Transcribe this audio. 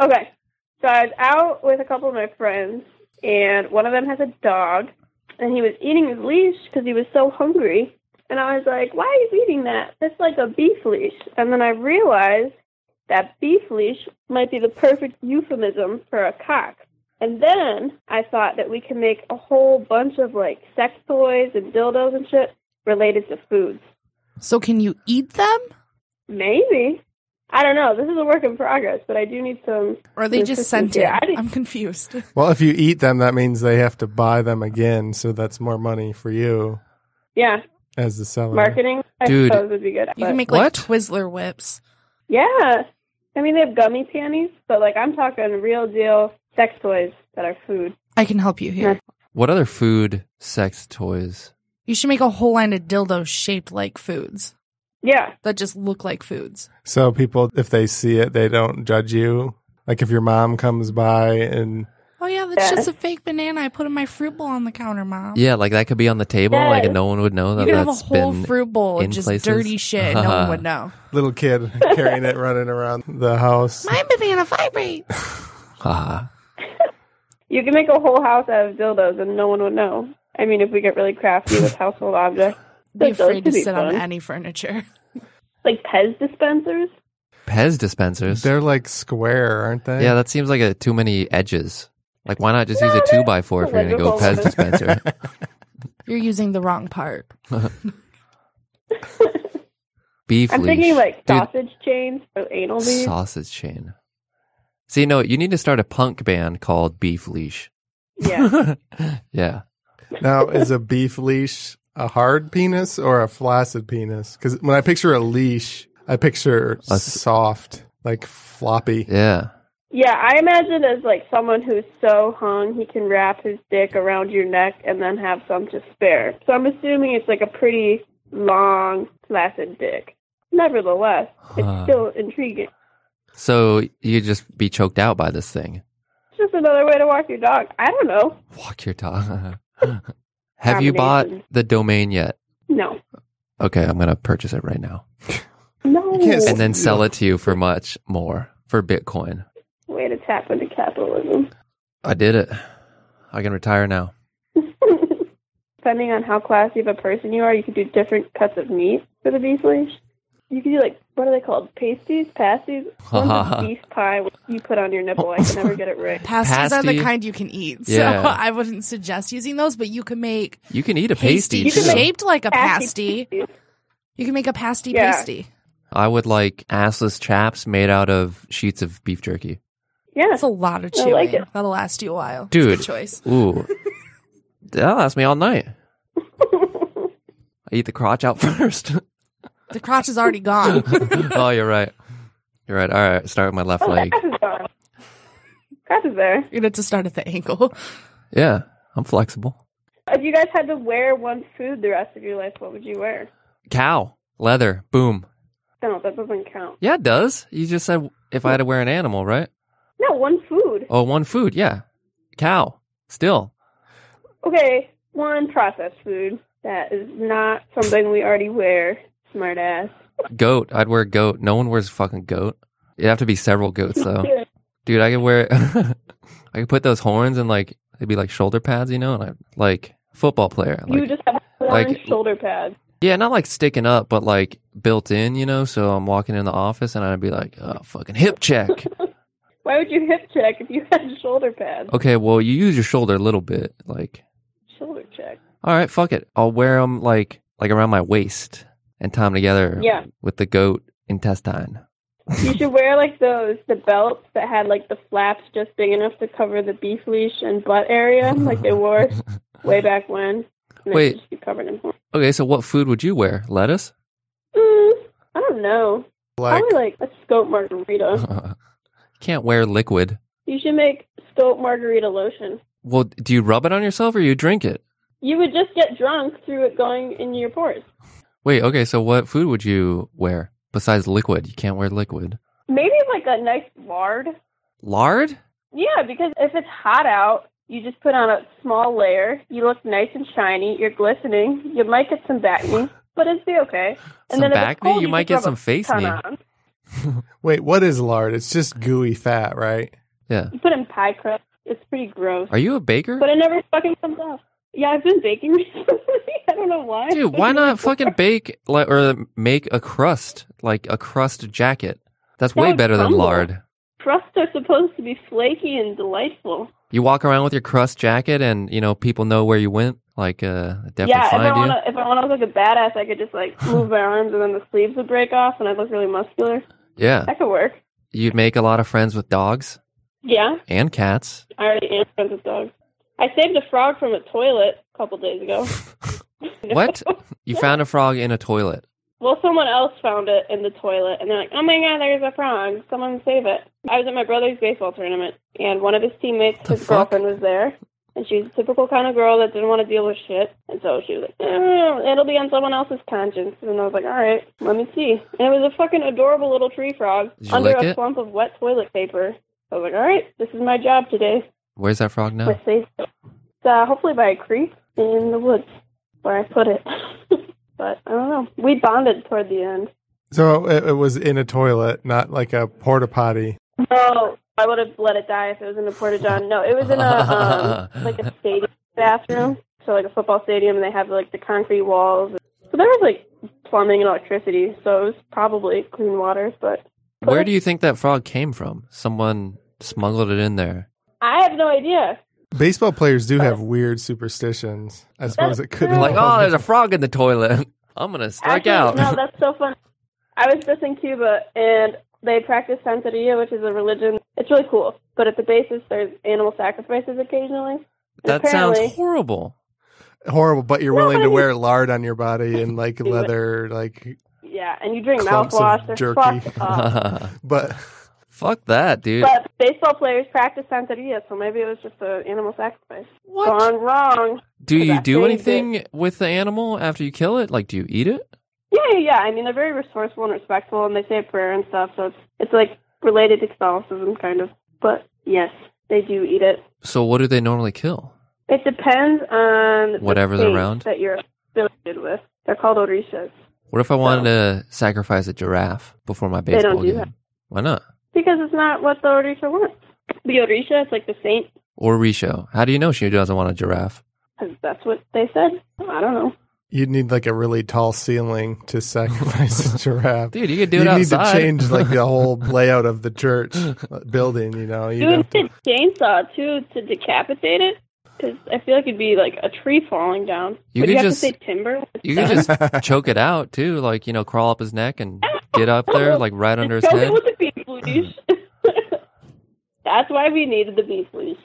Okay. So I was out with a couple of my friends, and one of them has a dog, and he was eating his leash because he was so hungry. And I was like, why are you eating that? That's like a beef leash. And then I realized that beef leash might be the perfect euphemism for a cock. And then I thought that we could make a whole bunch of like sex toys and dildos and shit related to foods. So can you eat them? Maybe. I don't know. This is a work in progress, but I do need some. Or are they It's just just- scented? yeah, I didn't- I'm confused. Well, if you eat them, that means they have to buy them again, so that's more money for you Yeah, as the seller. marketing. I Dude. suppose would be good. You but- can make What? like Twizzler whips. Yeah. I mean, they have gummy panties, but like I'm talking real deal sex toys that are food. I can help you here. What other food, sex toys? You should make a whole line of dildos shaped like foods Yeah. that just look like foods. So people, if they see it, they don't judge you. Like if your mom comes by and Oh yeah, that's Yeah. just a fake banana I put in my fruit bowl on the counter, mom. Yeah, like that could be on the table, Yeah. like and no one would know You that could have a that's whole been. fruit bowl in of just places. dirty shit. No one would know. little kid carrying it running around the house, My banana vibrates. Haha. You can make a whole house out of dildos and no one would know. I mean, if we get really crafty with household objects, Be But those afraid to could be sit on fun. any furniture. like Pez dispensers. Pez dispensers. they're like square, aren't they? yeah, that seems like a too many edges. Like, why not just use a two by four if you're gonna go wonderful Pez woman. dispenser? You're using the wrong part. Beef. I'm leash. thinking like Dude, sausage chains or anal beads. sausage chain. See, no, you need to start a punk band called Beef Leash. yeah. yeah. Now, is a beef leash a hard penis or a flaccid penis? Because when I picture a leash, I picture A s- soft, like floppy. Yeah. Yeah, I imagine as like someone who's so hung he can wrap his dick around your neck and then have some to spare. So I'm assuming it's like a pretty long, flaccid dick. Nevertheless, Huh. it's still intriguing. So you just be choked out by this thing. It's just another way to walk your dog. I don't know. Walk your dog. Have you bought Combination. the domain yet? No. Okay, I'm gonna purchase it right now No. You can't and then Yeah. sell it to you for much more for Bitcoin. way to tap into capitalism. I did it. I can retire now. Depending on how classy of a person you are, you could do different cuts of meat for the beef leash. You could do like what are they called? Pasties, pasties. One's a beef pie which you put on your nipple. I can never get it right. Pasties are Pasty. the kind you can eat, so Yeah. I wouldn't suggest using those. But you can make You can eat a pasty pasty. You can too. make- shaped like a Pasty pasty. You can make a pasty Yeah. pasty. I would like assless chaps made out of sheets of beef jerky. Yeah. That's a lot of I chewing. like it. That'll last you a while, It's a Dude. Good choice. Ooh, that'll last me all night. I eat the crotch out first. The crotch is already gone. oh, you're right. You're right. All right, start with my left Oh, leg. crap is gone. Crap is there. You're gonna have to start at the ankle. Yeah, I'm flexible. If you guys had to wear one food the rest of your life, what would you wear? Cow, leather, boom. No, that doesn't count. Yeah, it does. You just said if I had to wear an animal, right? No, one food. Oh, one food. Yeah, cow. Still, Okay, one processed food. That is not something we already wear. Smart ass. goat. I'd wear goat. No one wears fucking goat. It'd have to be several goats though. Yeah. Dude, I could wear. I could put those horns and like they'd be like shoulder pads, you know, and I like football player. Like, you just have one like- shoulder pad. Yeah, not like sticking up, but like built in, you know. So I'm walking in the office and I'd be like, oh, fucking hip check. Why would you hip check if you had shoulder pads? okay, well, you use your shoulder a little bit. Like, Shoulder check. all right, fuck it. I'll wear them like, like around my waist and tie them together Yeah. with the goat intestine. You should wear like those the belts that had like the flaps just big enough to cover the beef leash and butt area, like they wore way back when. And they Wait. should just be covered in horn. Okay, so what food would you wear? Lettuce? Mm, I don't know. Like Probably like a scope Uh-huh. margarita. Can't wear liquid. you should make scope margarita lotion. Well, do you rub it on yourself or you drink it? You would just get drunk through it going in your pores. Wait, okay, so what food would you wear besides liquid? You can't wear liquid. Maybe like a nice lard. Lard? Yeah, because if it's hot out, you just put on a small layer. You look nice and shiny. You're glistening. You might get some back knee, but it'd be okay. Some if it's back knee? You might just get rub a some face ton knee. on. Wait, what is lard? It's just gooey fat, right? Yeah. You put in pie crust. It's pretty gross. Are you a baker? But it never fucking comes off. Yeah, I've been baking recently. I don't know why. Dude, why not fucking bake like or make a crust, like a crust jacket? That's That way would better than crumble. lard. Crusts are supposed to be flaky and delightful. You walk around with your crust jacket, and you know people know where you went. Like, uh, definitely yeah, if I find you. wanna if I wanna look like a badass I could just like move my arms and then the sleeves would break off and I'd look really muscular. Yeah, That could work. you'd make a lot of friends with dogs Yeah. and cats. I already am friends with dogs. I saved a frog from a toilet a couple days ago. What? You found a frog in a toilet. Well, someone else found it in the toilet, and they're like, "Oh my god, there's a frog! Someone save it!" I was at my brother's baseball tournament, and one of his teammates, The his fuck? girlfriend, was there, and she was a typical kind of girl that didn't want to deal with shit, and so she was like, oh, "It'll be on someone else's conscience," and I was like, "All right, let me see." And it was a fucking adorable little tree frog Did you under lick a it? clump of wet toilet paper. I was like, "All right, this is my job today." Where's that frog now? We're safe. It's uh, hopefully by a creek in the woods where I put it. but I don't know. We bonded toward the end. So it, it was in a toilet, not like a porta potty. No, I would have let it die if it was in a porta john. No, it was in a um, like a stadium bathroom, so like a football stadium, and they have like the concrete walls. So there was like plumbing and electricity, so it was probably clean water. But Where do you think that frog came from? Someone smuggled it in there. I have no idea. Baseball players do have weird superstitions. I suppose it could true. Like, oh, there's a frog in the toilet. I'm gonna strike Actually, out. No, that's so fun. I was just in Cuba, and they practice Santeria, which is a religion. It's really cool, but at the basis, there's animal sacrifices occasionally. And that sounds apparently- horrible. horrible, but you're No, willing I to mean- wear lard on your body and like Do it. leather, like yeah, and you drink Clumps of mouthwash. They're jerky. fucked up. but Fuck that, dude. Oh. But baseball players practice Santeria, so maybe it was just an animal sacrifice. What? Gone wrong. Do Cause you I do saved anything with the animal after you kill it? Like, do you eat it? Yeah, yeah, yeah. I mean, they're very resourceful and respectful, and they say a prayer and stuff, so it's, it's like related to Catholicism, kind of. But yes, they do eat it. So, what do they normally kill? It depends on Whatever's the state around. that you're affiliated with. They're called orishas What if I wanted to sacrifice a giraffe before my don't baseball do game? that. Why not? because it's not what the orisha wants. The orisha is like the saint Or Risho? How do you know she doesn't want a giraffe? 'cause that's what they said. I don't know. you'd need like a really tall ceiling to sacrifice a giraffe. Dude, you could do it you outside. need to change like the whole layout of the church uh, building. You know, you Doing have to, the chainsaw too to decapitate it because I feel like it'd be like a tree falling down. You Would could you have just- to say timber? you could just choke it out too, like you know, crawl up his neck and get up there, like right under his Just head. go with the beef leash. that's why we needed the beef leash.